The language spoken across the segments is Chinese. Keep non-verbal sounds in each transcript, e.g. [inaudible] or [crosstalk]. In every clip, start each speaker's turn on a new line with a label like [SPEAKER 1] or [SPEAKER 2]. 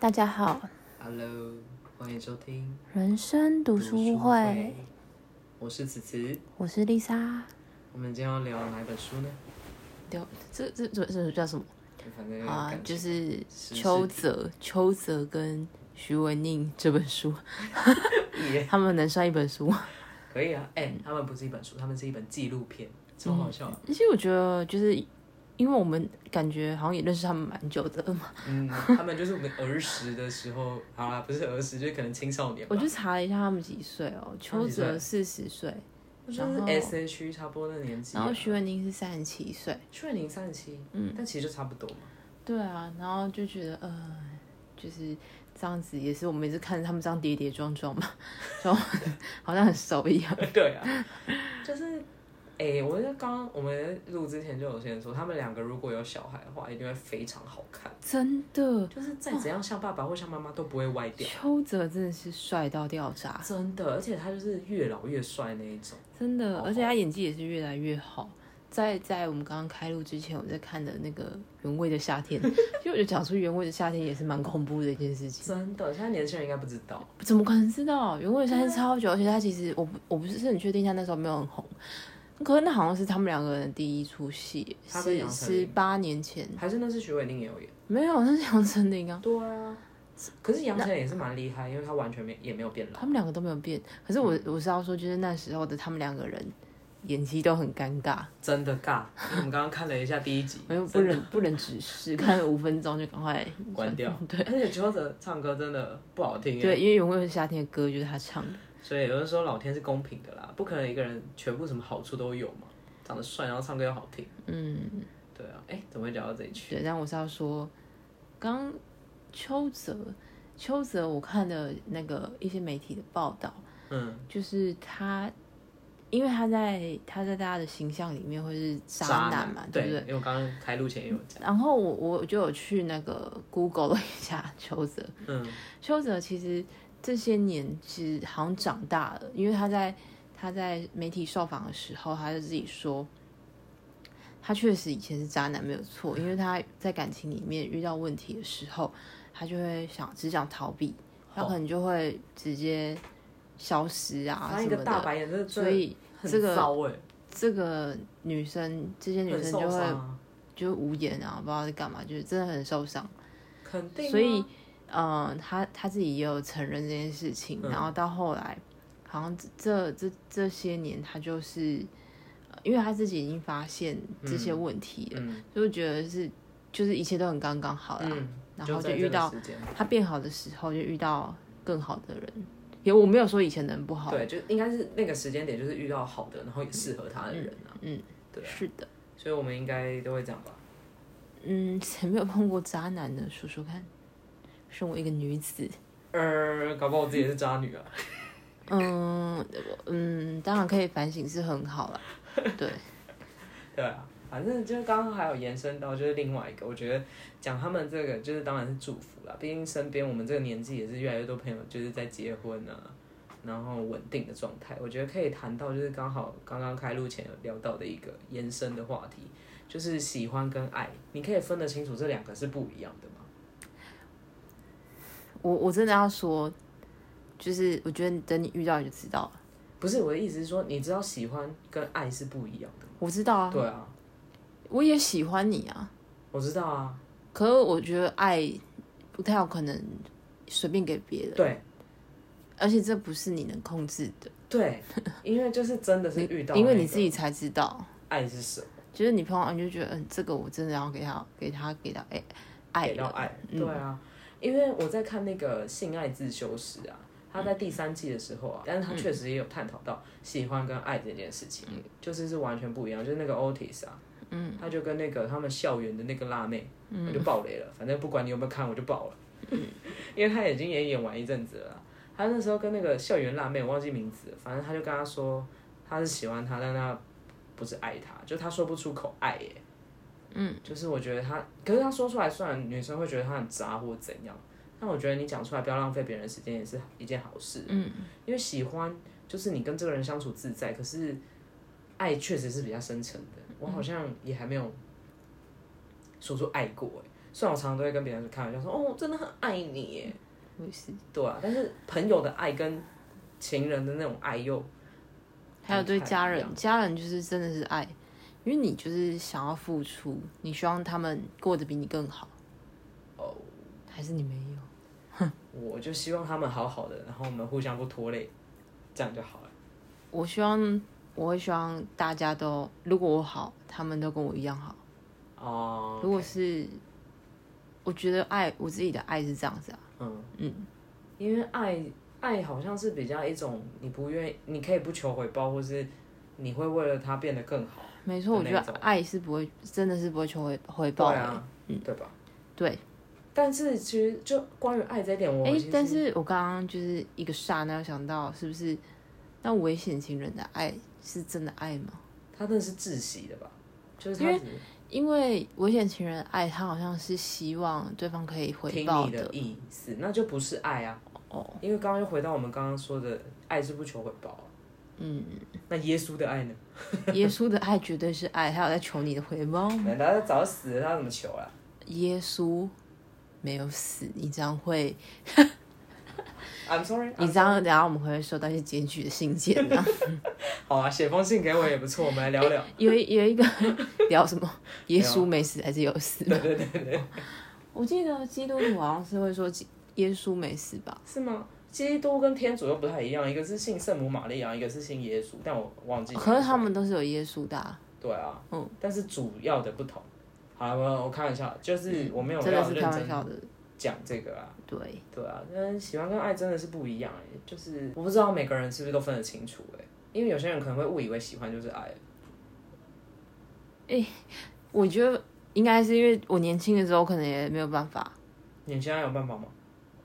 [SPEAKER 1] 大家好，
[SPEAKER 2] Hello，欢迎收听
[SPEAKER 1] 人生读书会，，
[SPEAKER 2] 我是子慈。
[SPEAKER 1] 我是丽莎。
[SPEAKER 2] 我们今天要聊哪一本书呢？
[SPEAKER 1] 对，这这这这叫什么
[SPEAKER 2] 反正有
[SPEAKER 1] 啊？
[SPEAKER 2] 嗯感
[SPEAKER 1] 就
[SPEAKER 2] 情
[SPEAKER 1] 是
[SPEAKER 2] 是
[SPEAKER 1] 邱泽、邱泽跟徐文宁这本书，
[SPEAKER 2] 耶
[SPEAKER 1] 他们能算一本书吗？
[SPEAKER 2] 可以
[SPEAKER 1] 嗯
[SPEAKER 2] 啊。哎、他们不是一本书，他们是一本纪录片，超好笑啊的。
[SPEAKER 1] 其实我觉得，就是因为我们感觉好像也认识他们蛮久的嘛。
[SPEAKER 2] 嗯，他们就是我们儿时的时候， [laughs] 好啦，不是儿时，就是可能青少年吧。
[SPEAKER 1] 我去查了一下他们几岁哦，
[SPEAKER 2] 他们
[SPEAKER 1] 邱
[SPEAKER 2] 几岁
[SPEAKER 1] 泽四十岁，
[SPEAKER 2] 就是
[SPEAKER 1] 然后
[SPEAKER 2] S H 差不多那年纪、啊，
[SPEAKER 1] 然后徐文宁是三十七岁。
[SPEAKER 2] 去年零三十七，嗯，但其实就差不多嘛。 [laughs]
[SPEAKER 1] 对啊，然后就觉得呃，就是这样子，也是我们一直看着他们这样跌跌撞撞嘛， [laughs] 就好像很熟一样。
[SPEAKER 2] 对啊，就是，哎、我就刚我们录之前就有些人说，他们两个如果有小孩的话，一定会非常好看。
[SPEAKER 1] 真的，
[SPEAKER 2] 就是再怎样像爸爸或像妈妈都不会歪掉，
[SPEAKER 1] 邱泽真的是帅到掉渣，
[SPEAKER 2] 真的，而且他就是越老越帅那一种。
[SPEAKER 1] 真的，
[SPEAKER 2] 好
[SPEAKER 1] 而且他演技也是越来越好。在在我们刚刚开录之前，我在看的那个《原味的夏天》， [laughs] 其实我就讲出《原味的夏天》也是蛮恐怖的一件事情。
[SPEAKER 2] 真的，现在年轻人应该不知道。
[SPEAKER 1] 怎么可能知道？原味的夏
[SPEAKER 2] 啊
[SPEAKER 1] 天超久，而且他其实我不我不是很确定他那时候没有很红，可是那好像是他们两个人的第一出戏，
[SPEAKER 2] 他跟
[SPEAKER 1] 是
[SPEAKER 2] 杨丞琳
[SPEAKER 1] 十八年前，
[SPEAKER 2] 还是那是徐伟宁也有演。
[SPEAKER 1] 没有，那是杨丞琳啊，
[SPEAKER 2] 对啊，可是杨丞琳也是蛮厉害，因为他完全没也没有变老。
[SPEAKER 1] 他们两个都没有变。可是我我是要说，就是那时候的他们两个人演技都很尴尬，
[SPEAKER 2] 真的尬，因为我们刚刚看了一下第一集，
[SPEAKER 1] 没有不忍不忍直视，看了五分钟就赶快
[SPEAKER 2] 关掉。
[SPEAKER 1] [laughs] 对
[SPEAKER 2] 而且邱泽唱歌真的不好听耶，
[SPEAKER 1] 对，因为原味的夏天的歌就是他唱的。
[SPEAKER 2] 所以有人说老天是公平的啦，不可能一个人全部什么好处都有嘛。长得帅，然后唱歌又好听，
[SPEAKER 1] 嗯，
[SPEAKER 2] 对啊，哎，怎么会聊到这里去？
[SPEAKER 1] 对，但我是要说，刚邱泽，邱泽我看的那个一些媒体的报道，
[SPEAKER 2] 嗯，
[SPEAKER 1] 就是他，因为他在他在大家的形象里面会是渣男嘛，对
[SPEAKER 2] 对
[SPEAKER 1] 不对？
[SPEAKER 2] 因为我刚刚开录前也有讲，
[SPEAKER 1] 然后我我就有去那个 Google 了一下邱泽，
[SPEAKER 2] 嗯，
[SPEAKER 1] 邱泽其实这些年其实好像长大了，因为他在他在媒体受访的时候，他就自己说，他确实以前是渣男没有错，因为他在感情里面遇到问题的时候，他就会想只想逃避，他
[SPEAKER 2] 哦
[SPEAKER 1] 可能就会直接消失啊
[SPEAKER 2] 他
[SPEAKER 1] 什
[SPEAKER 2] 一
[SPEAKER 1] 么
[SPEAKER 2] 个
[SPEAKER 1] 的，
[SPEAKER 2] 大白眼，真的
[SPEAKER 1] 所以
[SPEAKER 2] 很
[SPEAKER 1] 这个
[SPEAKER 2] 糟哎，
[SPEAKER 1] 这个女生这些女
[SPEAKER 2] 很
[SPEAKER 1] 生
[SPEAKER 2] 受
[SPEAKER 1] 就
[SPEAKER 2] 伤
[SPEAKER 1] 会
[SPEAKER 2] 啊，
[SPEAKER 1] 就无言啊，不知道在干嘛，就是真的很受伤。
[SPEAKER 2] 肯定啊。
[SPEAKER 1] 所以，嗯，他他自己也有承认这件事情，
[SPEAKER 2] 嗯
[SPEAKER 1] 然后到后来，好像这这这这些年，他就是、呃因为他自己已经发现这些问题了，
[SPEAKER 2] 嗯
[SPEAKER 1] 就觉得是就是一切都很刚刚好啦。
[SPEAKER 2] 嗯，
[SPEAKER 1] 然后就
[SPEAKER 2] 在这个
[SPEAKER 1] 遇到
[SPEAKER 2] 时间
[SPEAKER 1] 他变好的时候，就遇到更好的人。也我没有说以前的人不好，
[SPEAKER 2] 对，就应该是那个时间点，就是遇到好的，然后也适合他的人啊。
[SPEAKER 1] 嗯，
[SPEAKER 2] 对啊，
[SPEAKER 1] 是的，
[SPEAKER 2] 所以我们应该都会这样吧。
[SPEAKER 1] 嗯，谁没有碰过渣男呢？说说看，身为一个女
[SPEAKER 2] [laughs]
[SPEAKER 1] 子，
[SPEAKER 2] 呃，搞不好我自己也是渣女啊。
[SPEAKER 1] 嗯嗯，当然可以反省是很好啦，对。
[SPEAKER 2] 对啊，反正就是刚刚还有延伸到就是另外一个，我觉得讲他们这个就是当然是祝福啦，毕竟身边我们这个年纪也是越来越多朋友就是在结婚啊，然后稳定的状态，我觉得可以谈到就是刚好刚刚开录前有聊到的一个延伸的话题，就是喜欢跟爱，你可以分得清楚这两个是不一样的吗？
[SPEAKER 1] 我我真的要说，就是我觉得等你遇到你就知道了。
[SPEAKER 2] 不是我的意思是说，你知道喜欢跟爱是不一样的。
[SPEAKER 1] 我知道啊，
[SPEAKER 2] 对啊，
[SPEAKER 1] 我也喜欢你啊，
[SPEAKER 2] 我知道啊，
[SPEAKER 1] 可是我觉得爱不太有可能随便给别人，
[SPEAKER 2] 对
[SPEAKER 1] 而且这不是你能控制的，
[SPEAKER 2] 对，因为就是真的是遇到那个、
[SPEAKER 1] 因为你自己才知道。
[SPEAKER 2] 爱是什么。
[SPEAKER 1] 就是你朋友，你就觉得，嗯，这个我真的要给他，给他，给他，哎、爱
[SPEAKER 2] 给到
[SPEAKER 1] 了，
[SPEAKER 2] 爱，
[SPEAKER 1] 嗯
[SPEAKER 2] 对啊，因为我在看那个《性爱自修室》啊，他在第三季的时候啊，但
[SPEAKER 1] 嗯
[SPEAKER 2] 是他确实也有探讨到喜欢跟爱这件事情，就是是完全不一样，就是那个 Otis 啊，嗯，他就跟那个他们校园的那个辣妹，
[SPEAKER 1] 嗯
[SPEAKER 2] 我就爆雷了，反正不管你有没有看，我就爆了， [laughs] 因为他已经也演完一阵子了啊，他那时候跟那个校园辣妹，我忘记名字了，反正他就跟他说他是喜欢他，但他不是爱他，就他说不出口爱耶、欸就是我觉得他，可是他说出来，虽然女生会觉得他很渣或怎样，但我觉得你讲出来，不要浪费别人的时间，也是一件好事。嗯，因为喜欢就是你跟这个人相处自在，可是爱
[SPEAKER 1] 嗯
[SPEAKER 2] 确实是比较深沉的。我好像也还没有说出爱过、欸，虽然我常常都会跟别人开玩笑说，哦，我真的很爱你耶，
[SPEAKER 1] 我也是。
[SPEAKER 2] 对啊，但是朋友的爱跟情人的那种爱又
[SPEAKER 1] 还有对家
[SPEAKER 2] 不太一
[SPEAKER 1] 人，家人就是真的是爱，因为你就是想要付出，你希望他们过得比你更好，
[SPEAKER 2] 哦，
[SPEAKER 1] 还是你没有？
[SPEAKER 2] 我就希望他们好好的，然后我们互相不拖累，这样就好了。
[SPEAKER 1] 我希望，我会希望大家都，如果我好，他们都跟我一样好。
[SPEAKER 2] 哦、
[SPEAKER 1] 如果是，我觉得爱我自己的爱是这样子啊，
[SPEAKER 2] 嗯嗯，因为爱爱好像是比较一种你不愿意，你可以不求回报，或是你会为了他变得更好。
[SPEAKER 1] 没错，我觉
[SPEAKER 2] 的那
[SPEAKER 1] 得爱是不会，真的是不会求回回报嗯
[SPEAKER 2] 对
[SPEAKER 1] 的。
[SPEAKER 2] 啊，对吧？
[SPEAKER 1] 对，
[SPEAKER 2] 但是其实就关于爱这一哦点，我
[SPEAKER 1] 哎、
[SPEAKER 2] 其实
[SPEAKER 1] 但是我刚刚就是一个刹那想到，是不是那危险情人的爱是真的爱吗？
[SPEAKER 2] 他真的是窒息的吧？就是
[SPEAKER 1] 因
[SPEAKER 2] 他
[SPEAKER 1] 为
[SPEAKER 2] 只
[SPEAKER 1] 因为危险情人的爱，他好像是希望对方可以回
[SPEAKER 2] 听
[SPEAKER 1] 报
[SPEAKER 2] 你的 [laughs] 意思，那就不是爱啊。
[SPEAKER 1] 哦，
[SPEAKER 2] 因为刚刚又回到我们刚刚说的，爱是不求回报、啊。
[SPEAKER 1] 嗯，
[SPEAKER 2] 那耶稣的爱呢？
[SPEAKER 1] 耶稣的爱绝对是爱，他有在求你的回报。
[SPEAKER 2] 他早死了，他怎么求啊？
[SPEAKER 1] 耶稣没有死，你这样会，
[SPEAKER 2] I'm sorry，
[SPEAKER 1] 你
[SPEAKER 2] I'm
[SPEAKER 1] 这样，等下我们会不会收到一些检举的信件呢、
[SPEAKER 2] 好啊，写封信给我也不错，我们来 [laughs] 聊聊。
[SPEAKER 1] 有一有一个 [laughs] 聊什么？耶稣没死还是有死吗？
[SPEAKER 2] 对对对对，
[SPEAKER 1] [laughs] 我记得基督徒好像是会说耶稣没死吧？
[SPEAKER 2] 是吗？基督跟天主又不太一样，一个是信圣母玛利亚，一个是信耶稣，但我忘记。
[SPEAKER 1] 可是他们都是有耶稣的、啊，
[SPEAKER 2] 对啊，
[SPEAKER 1] 嗯，
[SPEAKER 2] 但是主要的不同。好了，我我开玩笑，就是我没有
[SPEAKER 1] 真
[SPEAKER 2] 要
[SPEAKER 1] 的嗯是
[SPEAKER 2] 认
[SPEAKER 1] 开玩
[SPEAKER 2] 真
[SPEAKER 1] 笑的。
[SPEAKER 2] 讲这个啊。
[SPEAKER 1] 对，
[SPEAKER 2] 对啊，但喜欢跟爱真的是不一样哎、就是我不知道每个人是不是都分得清楚哎、因为有些人可能会误以为喜欢就是爱，
[SPEAKER 1] 我觉得应该是因为我年轻的时候可能也没有办法。
[SPEAKER 2] 你现在有办法吗？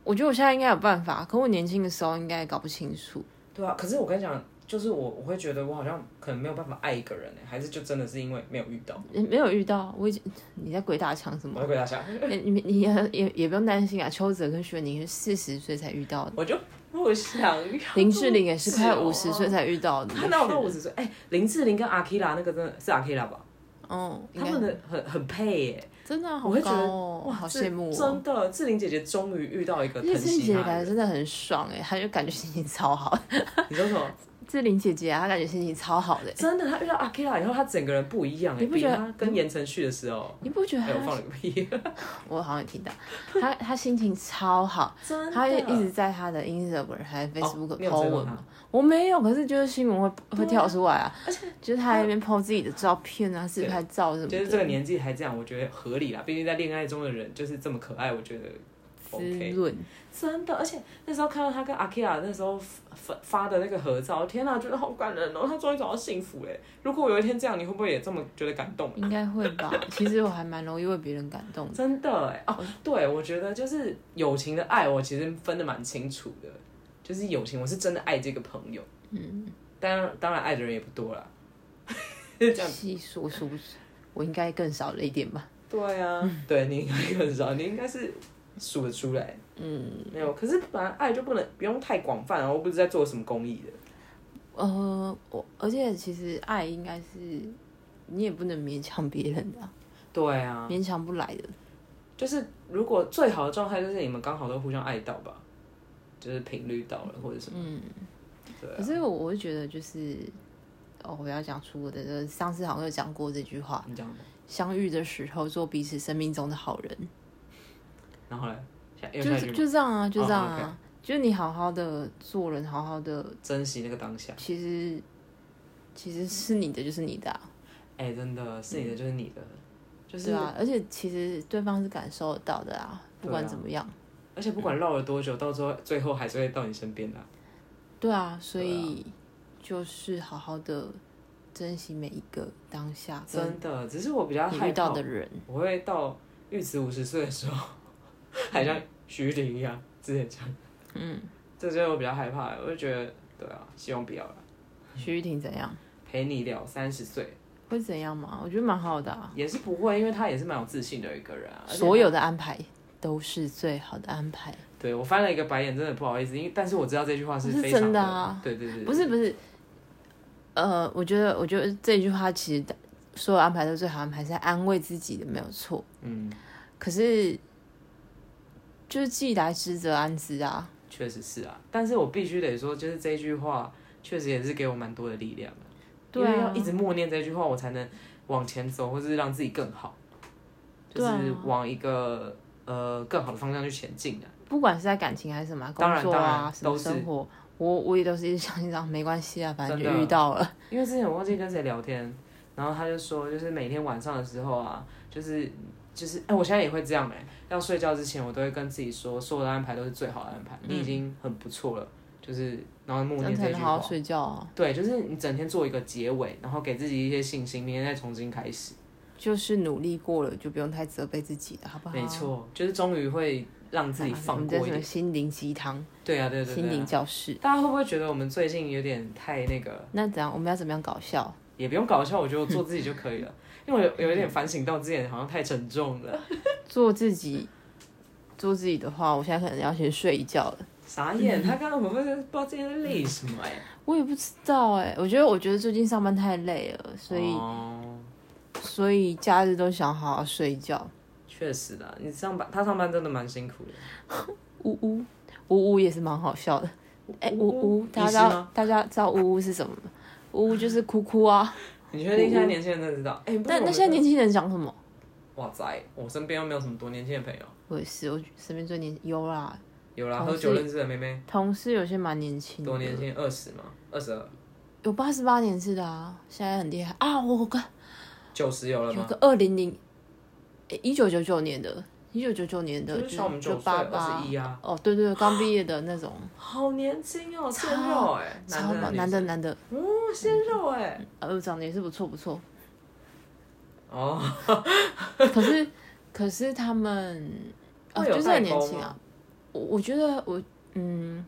[SPEAKER 1] 我觉得我现在应该有办法，可我年轻的时候应该也搞不清楚。
[SPEAKER 2] 对啊，可是我跟你讲，就是我我会觉得我好像可能没有办法爱一个人哎、还是就真的是因为没有遇到。
[SPEAKER 1] 也没有遇到，我已经你在鬼打墙什
[SPEAKER 2] 我
[SPEAKER 1] 么？
[SPEAKER 2] 会回答下，
[SPEAKER 1] [laughs] 你你你也也也不用担心啊，邱泽跟薛宁是四十岁才遇到的，
[SPEAKER 2] 我就不想要。
[SPEAKER 1] 林志玲也是快
[SPEAKER 2] 是哦
[SPEAKER 1] 五十岁才遇到的。
[SPEAKER 2] 他哪有到五十岁？哎、林志玲跟阿 k i r a 那个真的是阿 k i r a 吧？
[SPEAKER 1] 嗯，应
[SPEAKER 2] 他
[SPEAKER 1] 该
[SPEAKER 2] 们的很很配耶、
[SPEAKER 1] 真的好
[SPEAKER 2] 我会觉
[SPEAKER 1] 高
[SPEAKER 2] 得
[SPEAKER 1] 哦，好
[SPEAKER 2] 是
[SPEAKER 1] 羡慕哦。
[SPEAKER 2] 真的，志玲姐姐终于遇到一个
[SPEAKER 1] 而且
[SPEAKER 2] 疼
[SPEAKER 1] 志玲
[SPEAKER 2] 惜
[SPEAKER 1] 姐姐
[SPEAKER 2] 她
[SPEAKER 1] 感觉
[SPEAKER 2] 的人。
[SPEAKER 1] 真的很爽哎，她就感觉心情超好。
[SPEAKER 2] 你说什么？
[SPEAKER 1] 志玲姐姐啊，她感觉心情超好的欸，
[SPEAKER 2] 真的，她遇到阿 k i r a 以后，她整个人不一样哎、
[SPEAKER 1] 你不觉得
[SPEAKER 2] 比她跟言承旭的时候，
[SPEAKER 1] 你不觉得
[SPEAKER 2] 哎、我
[SPEAKER 1] 她？
[SPEAKER 2] 放了个屁，
[SPEAKER 1] 我好像也听到，她她心情超好，
[SPEAKER 2] 真的，
[SPEAKER 1] [laughs]
[SPEAKER 2] 哦
[SPEAKER 1] 她就一直在她的 Instagram 还有 Facebook
[SPEAKER 2] 你有
[SPEAKER 1] po
[SPEAKER 2] 追过
[SPEAKER 1] 文
[SPEAKER 2] 她
[SPEAKER 1] 嘛。我没有，可是就是新闻会会
[SPEAKER 2] 对啊
[SPEAKER 1] 跳出来啊，就是他在那边 po 自己的照片啊、自拍照什么
[SPEAKER 2] 就是这
[SPEAKER 1] 的
[SPEAKER 2] 个年纪还这样，我觉得合理啦。毕竟在恋爱中的人就是这么可爱，我觉得
[SPEAKER 1] 滋
[SPEAKER 2] OK。
[SPEAKER 1] 润。
[SPEAKER 2] 真的，而且那时候看到他跟阿 Kira 那时候发发的那个合照，天哪、觉得好感人哦！他终于找到幸福嘞。如果有一天这样，你会不会也这么觉得感动？
[SPEAKER 1] 应该会 [laughs] 吧？其实我还蛮容易为别人感动的。
[SPEAKER 2] 真的哎，哦，对，我觉得就是友情的爱，我其实分得蛮清楚的。就是友情，我是真的爱这个朋友，
[SPEAKER 1] 嗯，
[SPEAKER 2] 当然当然爱的人也不多啦。这样
[SPEAKER 1] 细数数不出，我应该更少了一点吧？
[SPEAKER 2] 对啊， [laughs] 对你应该更少，你应该是数得出来。
[SPEAKER 1] 嗯，
[SPEAKER 2] 没有，可是本来爱就不能不用太广泛啊，我不是在做什么公益的。
[SPEAKER 1] 呃，我而且其实爱应该是你也不能勉强别人的啊、
[SPEAKER 2] 对啊，
[SPEAKER 1] 勉强不来的。
[SPEAKER 2] 就是如果最好的状态就是你们刚好都互相爱到吧，就是频率到了或者什么。
[SPEAKER 1] 嗯，
[SPEAKER 2] 对啊
[SPEAKER 1] 可是我我会觉得就是，哦，我要讲出我的，就是上次好像有讲过这句话：
[SPEAKER 2] 你讲吧，
[SPEAKER 1] 相遇的时候做彼此生命中的好人。
[SPEAKER 2] 然后嘞，下又
[SPEAKER 1] 就
[SPEAKER 2] 下一
[SPEAKER 1] 是
[SPEAKER 2] 句吗
[SPEAKER 1] 就这样啊，就这样啊。
[SPEAKER 2] 哦，OK
[SPEAKER 1] 就是你好好的做人，好好的，
[SPEAKER 2] 珍惜那个当下。
[SPEAKER 1] 其实其实是你的就是你的、啊，
[SPEAKER 2] 哎、真的
[SPEAKER 1] 嗯
[SPEAKER 2] 是你的就是你的，就是、
[SPEAKER 1] 对啊。而且其实对方是感受得到的啊，不管
[SPEAKER 2] 对啊
[SPEAKER 1] 怎么样，
[SPEAKER 2] 而且不管绕了多久，到最后最后还是会到你身边的啊、
[SPEAKER 1] 对啊。所以就是好好的珍惜每一个当下，跟
[SPEAKER 2] 真的，只是我比较
[SPEAKER 1] 你
[SPEAKER 2] 害
[SPEAKER 1] 遇
[SPEAKER 2] 怕嗯
[SPEAKER 1] 到的人。
[SPEAKER 2] 我会到玉慈五十岁的时候，还像徐玲一样之前讲，
[SPEAKER 1] 嗯，
[SPEAKER 2] 这就是我比较害怕的，我就觉得对啊，希望不要了，
[SPEAKER 1] 徐玉婷怎样？
[SPEAKER 2] 陪你聊三十岁
[SPEAKER 1] 会怎样吗？我觉得蛮好的啊。
[SPEAKER 2] 也是不会，因为他也是蛮有自信的一个人啊。而且
[SPEAKER 1] 所有的安排都是最好的安排，
[SPEAKER 2] 对我翻了一个白眼，真的不好意思，因为但是我知道这句话
[SPEAKER 1] 是
[SPEAKER 2] 非常
[SPEAKER 1] 真的啊
[SPEAKER 2] 对对对，
[SPEAKER 1] 不是不是。呃，我觉得，我觉得这句话其实所有安排都最好安排，是在安慰自己的，没有错。
[SPEAKER 2] 嗯，
[SPEAKER 1] 可是就是既来之则安之啊。
[SPEAKER 2] 确实是啊，但是我必须得说，就是这句话确实也是给我蛮多的力量的，
[SPEAKER 1] 对
[SPEAKER 2] 因为
[SPEAKER 1] 啊
[SPEAKER 2] 要一，直默念这句话，我才能往前走，或是让自己更好，就
[SPEAKER 1] 对啊
[SPEAKER 2] 是往一个呃更好的方向去前进的、
[SPEAKER 1] 不管是在感情还是什么啊
[SPEAKER 2] 当
[SPEAKER 1] 工
[SPEAKER 2] 然
[SPEAKER 1] 作
[SPEAKER 2] 当
[SPEAKER 1] 啊，
[SPEAKER 2] 然
[SPEAKER 1] 什么
[SPEAKER 2] 都是
[SPEAKER 1] 生活，我我也都是一直相信这样没关系啊，反正就
[SPEAKER 2] 真的
[SPEAKER 1] 遇到了。
[SPEAKER 2] 因为之前我忘记跟谁聊天，然后他就说，就是每天晚上的时候啊，就是就是，哎、我现在也会这样哎、要睡觉之前，我都会跟自己说，所有的安排都是最好的安排，
[SPEAKER 1] 嗯
[SPEAKER 2] 你已经很不错了，就是然后默
[SPEAKER 1] 那
[SPEAKER 2] 念
[SPEAKER 1] 才
[SPEAKER 2] 这
[SPEAKER 1] 能
[SPEAKER 2] 句
[SPEAKER 1] 好
[SPEAKER 2] 话
[SPEAKER 1] 好。睡觉啊。
[SPEAKER 2] 对，就是你整天做一个结尾，然后给自己一些信心，明天再重新开始。
[SPEAKER 1] 就是努力过了，就不用太责备自己了，好不好？
[SPEAKER 2] 没错，就是终于会让自己
[SPEAKER 1] 我
[SPEAKER 2] 放
[SPEAKER 1] 们在
[SPEAKER 2] 过
[SPEAKER 1] 什
[SPEAKER 2] 一
[SPEAKER 1] 么
[SPEAKER 2] 点。
[SPEAKER 1] 心灵鸡汤、
[SPEAKER 2] 对啊，对对
[SPEAKER 1] 心
[SPEAKER 2] 对
[SPEAKER 1] 灵
[SPEAKER 2] 啊、
[SPEAKER 1] 教室？
[SPEAKER 2] 大家会不会觉得我们最近有点太那个？
[SPEAKER 1] 那怎样？我们要怎么样搞笑？
[SPEAKER 2] 也不用搞笑，我觉得我做自己就
[SPEAKER 1] [laughs]
[SPEAKER 2] 可以了，因为我有有一点反省到之前好像太沉重了。
[SPEAKER 1] 做自己，做自己的话，我现在可能要先睡一觉了。
[SPEAKER 2] 傻眼，
[SPEAKER 1] [laughs]
[SPEAKER 2] 他刚刚我们不知道今天在累什么哎、
[SPEAKER 1] 我也不知道哎、我觉得我觉得最近上班太累了，呃所以、
[SPEAKER 2] 哦
[SPEAKER 1] 所以假日都想好好睡一觉。
[SPEAKER 2] 确、实的，你上班他上班真的蛮辛苦的。
[SPEAKER 1] 呜呜呜呜也是蛮好笑的。哎、呜呜，大家知
[SPEAKER 2] 医师
[SPEAKER 1] 道
[SPEAKER 2] 吗
[SPEAKER 1] 大家知道呜呜是什么吗？呜呜就是哭哭啊。
[SPEAKER 2] 你确定现在年轻人真的知道？哎、不
[SPEAKER 1] 那那现在年轻人讲什么？
[SPEAKER 2] 哇塞，我身边又没有什么多年轻的朋友，
[SPEAKER 1] 我也是，我身边最年有啦，
[SPEAKER 2] 有啦，
[SPEAKER 1] 同
[SPEAKER 2] 喝
[SPEAKER 1] 事
[SPEAKER 2] 酒认识的妹妹，
[SPEAKER 1] 同事有些蛮年轻的，
[SPEAKER 2] 多年轻，二十嘛，二十二，
[SPEAKER 1] 有八十八年次的啊，现在很厉害啊！我有个
[SPEAKER 2] 九十有了
[SPEAKER 1] 有
[SPEAKER 2] 吗？
[SPEAKER 1] 个二零零一九九九年的，一九九九年的，
[SPEAKER 2] 就是小我们
[SPEAKER 1] 就
[SPEAKER 2] 九岁，
[SPEAKER 1] 八
[SPEAKER 2] 二
[SPEAKER 1] 八
[SPEAKER 2] 十一啊，
[SPEAKER 1] 哦，对对，对刚毕业的那种，
[SPEAKER 2] 好年轻哦，鲜肉哎、
[SPEAKER 1] 超
[SPEAKER 2] 男的
[SPEAKER 1] 男
[SPEAKER 2] 的
[SPEAKER 1] 的男的，
[SPEAKER 2] 女的，哦，鲜肉哎、
[SPEAKER 1] 呃，长得也是不错不错，
[SPEAKER 2] 哦，
[SPEAKER 1] [laughs] 可是可是他们呃
[SPEAKER 2] 会有
[SPEAKER 1] 就是
[SPEAKER 2] 代
[SPEAKER 1] 很年
[SPEAKER 2] 沟
[SPEAKER 1] 轻
[SPEAKER 2] 吗
[SPEAKER 1] 啊，我我觉得我嗯，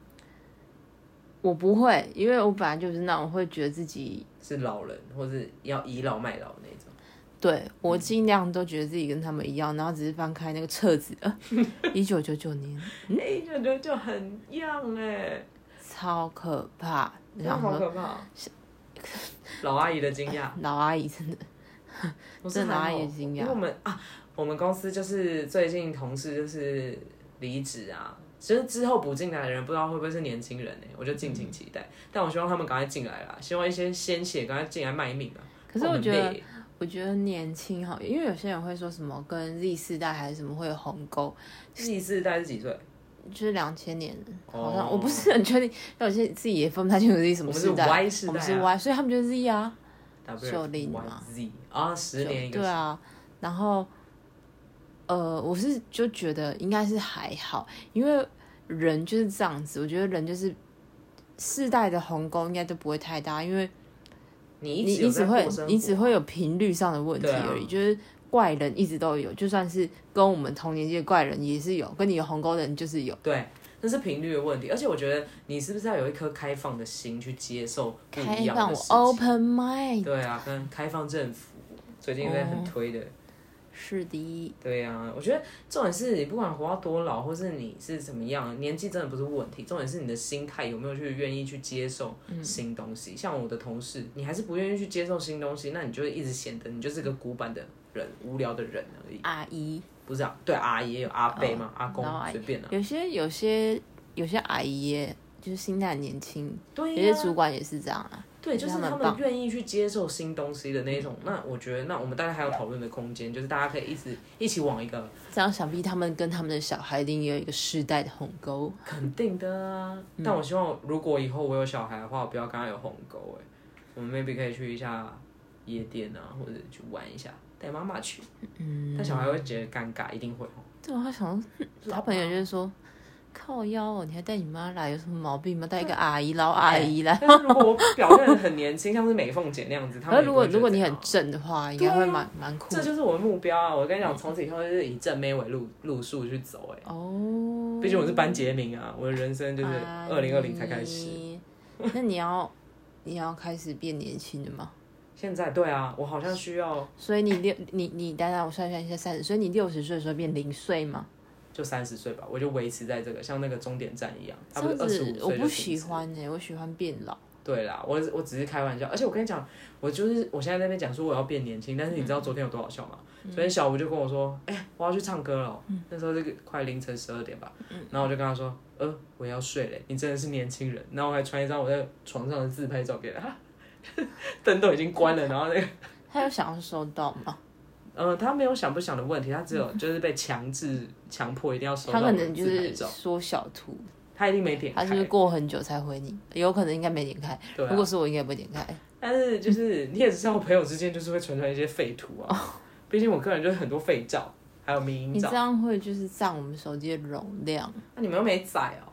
[SPEAKER 1] 我不会，因为我本来就是那种会觉得自己
[SPEAKER 2] 是老人，或是要倚老卖老那种。
[SPEAKER 1] 对我尽量都觉得自己跟他们一样，然后只是翻开那个册子，呃
[SPEAKER 2] [laughs]
[SPEAKER 1] 一九九九年。
[SPEAKER 2] 哎、感觉就很样哎、
[SPEAKER 1] 超可怕。
[SPEAKER 2] 真的
[SPEAKER 1] 然
[SPEAKER 2] 好
[SPEAKER 1] 后
[SPEAKER 2] 可怕！ [laughs] 老阿姨的惊讶，
[SPEAKER 1] 老阿姨真的，
[SPEAKER 2] 我
[SPEAKER 1] [laughs]
[SPEAKER 2] 是
[SPEAKER 1] 真的老阿姨
[SPEAKER 2] 还好
[SPEAKER 1] 的惊讶
[SPEAKER 2] 因为我们啊，我们公司就是最近同事就是离职啊，其实之后补进来的人不知道会不会是年轻人呢、我就敬请期待。
[SPEAKER 1] 嗯
[SPEAKER 2] 但我希望他们赶快进来啦，希望一些鲜血赶快进来卖命啊！
[SPEAKER 1] 可是我
[SPEAKER 2] 们
[SPEAKER 1] 觉得，
[SPEAKER 2] 累
[SPEAKER 1] 我觉得年轻哈，因为有些人会说什么跟 Z 世代还是什么会有鸿沟，
[SPEAKER 2] 第四代是几岁？
[SPEAKER 1] 就是两千年好像、
[SPEAKER 2] 哦
[SPEAKER 1] 我不是很确定，但我现在自己也分不太清楚自己什
[SPEAKER 2] 我
[SPEAKER 1] 么
[SPEAKER 2] 们
[SPEAKER 1] 世
[SPEAKER 2] 是
[SPEAKER 1] 代，
[SPEAKER 2] Y 世
[SPEAKER 1] 我
[SPEAKER 2] 代
[SPEAKER 1] 们是
[SPEAKER 2] 啊
[SPEAKER 1] Y，所以他们就是 Z 啊，
[SPEAKER 2] ，W
[SPEAKER 1] 秀玲
[SPEAKER 2] Y
[SPEAKER 1] 嘛
[SPEAKER 2] Z 啊，十年一
[SPEAKER 1] 对
[SPEAKER 2] 个
[SPEAKER 1] 啊，然后呃，我是就觉得应该是还好，因为人就是这样子，我觉得人就是世代的鸿沟应该都不会太大，因为。
[SPEAKER 2] 你一
[SPEAKER 1] 你
[SPEAKER 2] 直有
[SPEAKER 1] 你只
[SPEAKER 2] 在
[SPEAKER 1] 会
[SPEAKER 2] 过生
[SPEAKER 1] 你只
[SPEAKER 2] 活啊
[SPEAKER 1] 会有频率上的问题
[SPEAKER 2] 对啊
[SPEAKER 1] 而已，就是怪人一直都有，就算是跟我们同年纪的怪人也是有，跟你有鸿沟的人就是有。
[SPEAKER 2] 对，那是频率的问题，而且我觉得你是不是要有一颗开放的心去接受不
[SPEAKER 1] 开
[SPEAKER 2] 一样
[SPEAKER 1] 放
[SPEAKER 2] 的
[SPEAKER 1] 我哦
[SPEAKER 2] 事情？
[SPEAKER 1] open mind，
[SPEAKER 2] 对啊，跟开放政府最近在很推
[SPEAKER 1] 哦
[SPEAKER 2] 的。
[SPEAKER 1] 是的，
[SPEAKER 2] 对啊，我觉得重点是你不管活到多老，或是你是怎么样，年纪真的不是问题，重点是你的心态有没有去愿意去接受
[SPEAKER 1] 嗯
[SPEAKER 2] 新东西。像我的同事，你还是不愿意去接受新东西，那你就会一直显得你就是个古板的人、无聊的人而已。
[SPEAKER 1] 阿姨，
[SPEAKER 2] 不是啊，对阿姨也有阿伯嘛，
[SPEAKER 1] 哦
[SPEAKER 2] 阿
[SPEAKER 1] 老
[SPEAKER 2] 公
[SPEAKER 1] 阿姨
[SPEAKER 2] 随便啊。
[SPEAKER 1] 有些有些有些阿姨耶就是心态很年轻，有
[SPEAKER 2] 对
[SPEAKER 1] 些
[SPEAKER 2] 呀、
[SPEAKER 1] 主管也是这样啊。
[SPEAKER 2] 对，就是
[SPEAKER 1] 他们
[SPEAKER 2] 他们
[SPEAKER 1] 棒
[SPEAKER 2] 愿意去接受新东西的那一种。那我觉得，那我们大家还有讨论的空间，就是大家可以一直一起往一个
[SPEAKER 1] 这样想必他们跟他们的小孩一定也有一个世代的鸿沟。
[SPEAKER 2] 肯定的啊。
[SPEAKER 1] 嗯
[SPEAKER 2] 但我希望，如果以后我有小孩的话，我不要跟他有鸿沟。哎，我们 maybe 可以去一下夜店啊，或者去玩一下，带妈妈去。嗯，但小孩会觉得尴尬，一定会。哦
[SPEAKER 1] 对，我还想说
[SPEAKER 2] 老
[SPEAKER 1] 他朋友就是说，靠腰哦，你还带你妈来，有什么毛病吗？带一个阿姨老阿姨来。
[SPEAKER 2] 但是如果我表现得很年轻，像是美凤姐
[SPEAKER 1] [laughs]
[SPEAKER 2] 那样子，他
[SPEAKER 1] 可
[SPEAKER 2] 们
[SPEAKER 1] 是如
[SPEAKER 2] 也不
[SPEAKER 1] 果
[SPEAKER 2] 会觉得啊
[SPEAKER 1] 如果你
[SPEAKER 2] 怎
[SPEAKER 1] 很
[SPEAKER 2] 样
[SPEAKER 1] 正的话，应该会蛮蛮酷
[SPEAKER 2] 这就是我的目标啊！我跟你讲，从此以后就是以正妹为路路数去走。哎，
[SPEAKER 1] 哦。
[SPEAKER 2] 毕竟我是班杰明啊，我的人生就是
[SPEAKER 1] 啊
[SPEAKER 2] 二零二零才开始。。
[SPEAKER 1] 你那你要你要开始变年轻了吗？
[SPEAKER 2] 现在对啊，我好像需要
[SPEAKER 1] 所以你六你你等等，我算算一下三十，所以你六十岁的时候变零岁吗？
[SPEAKER 2] 就三十岁吧，我就维持在这个像那个终点站一样，
[SPEAKER 1] 这
[SPEAKER 2] 差不
[SPEAKER 1] 样
[SPEAKER 2] 多二十
[SPEAKER 1] 子
[SPEAKER 2] 五
[SPEAKER 1] 我
[SPEAKER 2] 岁就
[SPEAKER 1] 不
[SPEAKER 2] 停
[SPEAKER 1] 喜
[SPEAKER 2] 止。
[SPEAKER 1] 欢哎、我喜欢变老。
[SPEAKER 2] 对啦，我我只是开玩笑，而且我跟你讲，我就是我现在在那边讲说我要变年轻，但是你知
[SPEAKER 1] 嗯
[SPEAKER 2] 道昨天有多好笑吗？昨天小吴就跟我说，哎、我要去唱歌了哦、
[SPEAKER 1] 嗯
[SPEAKER 2] 那时候这个快凌晨十二点吧，然后我就跟他说，呃，我要睡嘞，你真的是年轻人。然后我还传一张我在床上的自拍照给他， [laughs] 灯都已经关了，然后那个，
[SPEAKER 1] 他有想要收到吗？
[SPEAKER 2] 呃，他没有想不想的问题，他只有就是被强制强迫一定要收
[SPEAKER 1] 嗯他
[SPEAKER 2] 到
[SPEAKER 1] 可
[SPEAKER 2] 我的
[SPEAKER 1] 能就
[SPEAKER 2] 自拍
[SPEAKER 1] 是
[SPEAKER 2] 照，
[SPEAKER 1] 缩小图，
[SPEAKER 2] 他一定没点
[SPEAKER 1] 他
[SPEAKER 2] 开，
[SPEAKER 1] 是不是过很久才回你？有可能应该没点开。
[SPEAKER 2] 对啊
[SPEAKER 1] 如果是我，应该不会点开。
[SPEAKER 2] 但是就是你也知道，朋友之间就是会传传一些废图
[SPEAKER 1] 哦
[SPEAKER 2] 啊。毕竟我个人就是很多废照，还有迷影
[SPEAKER 1] 你
[SPEAKER 2] 照
[SPEAKER 1] 这。样会就是占我们手机的容量。
[SPEAKER 2] 那、啊你们又没载哦、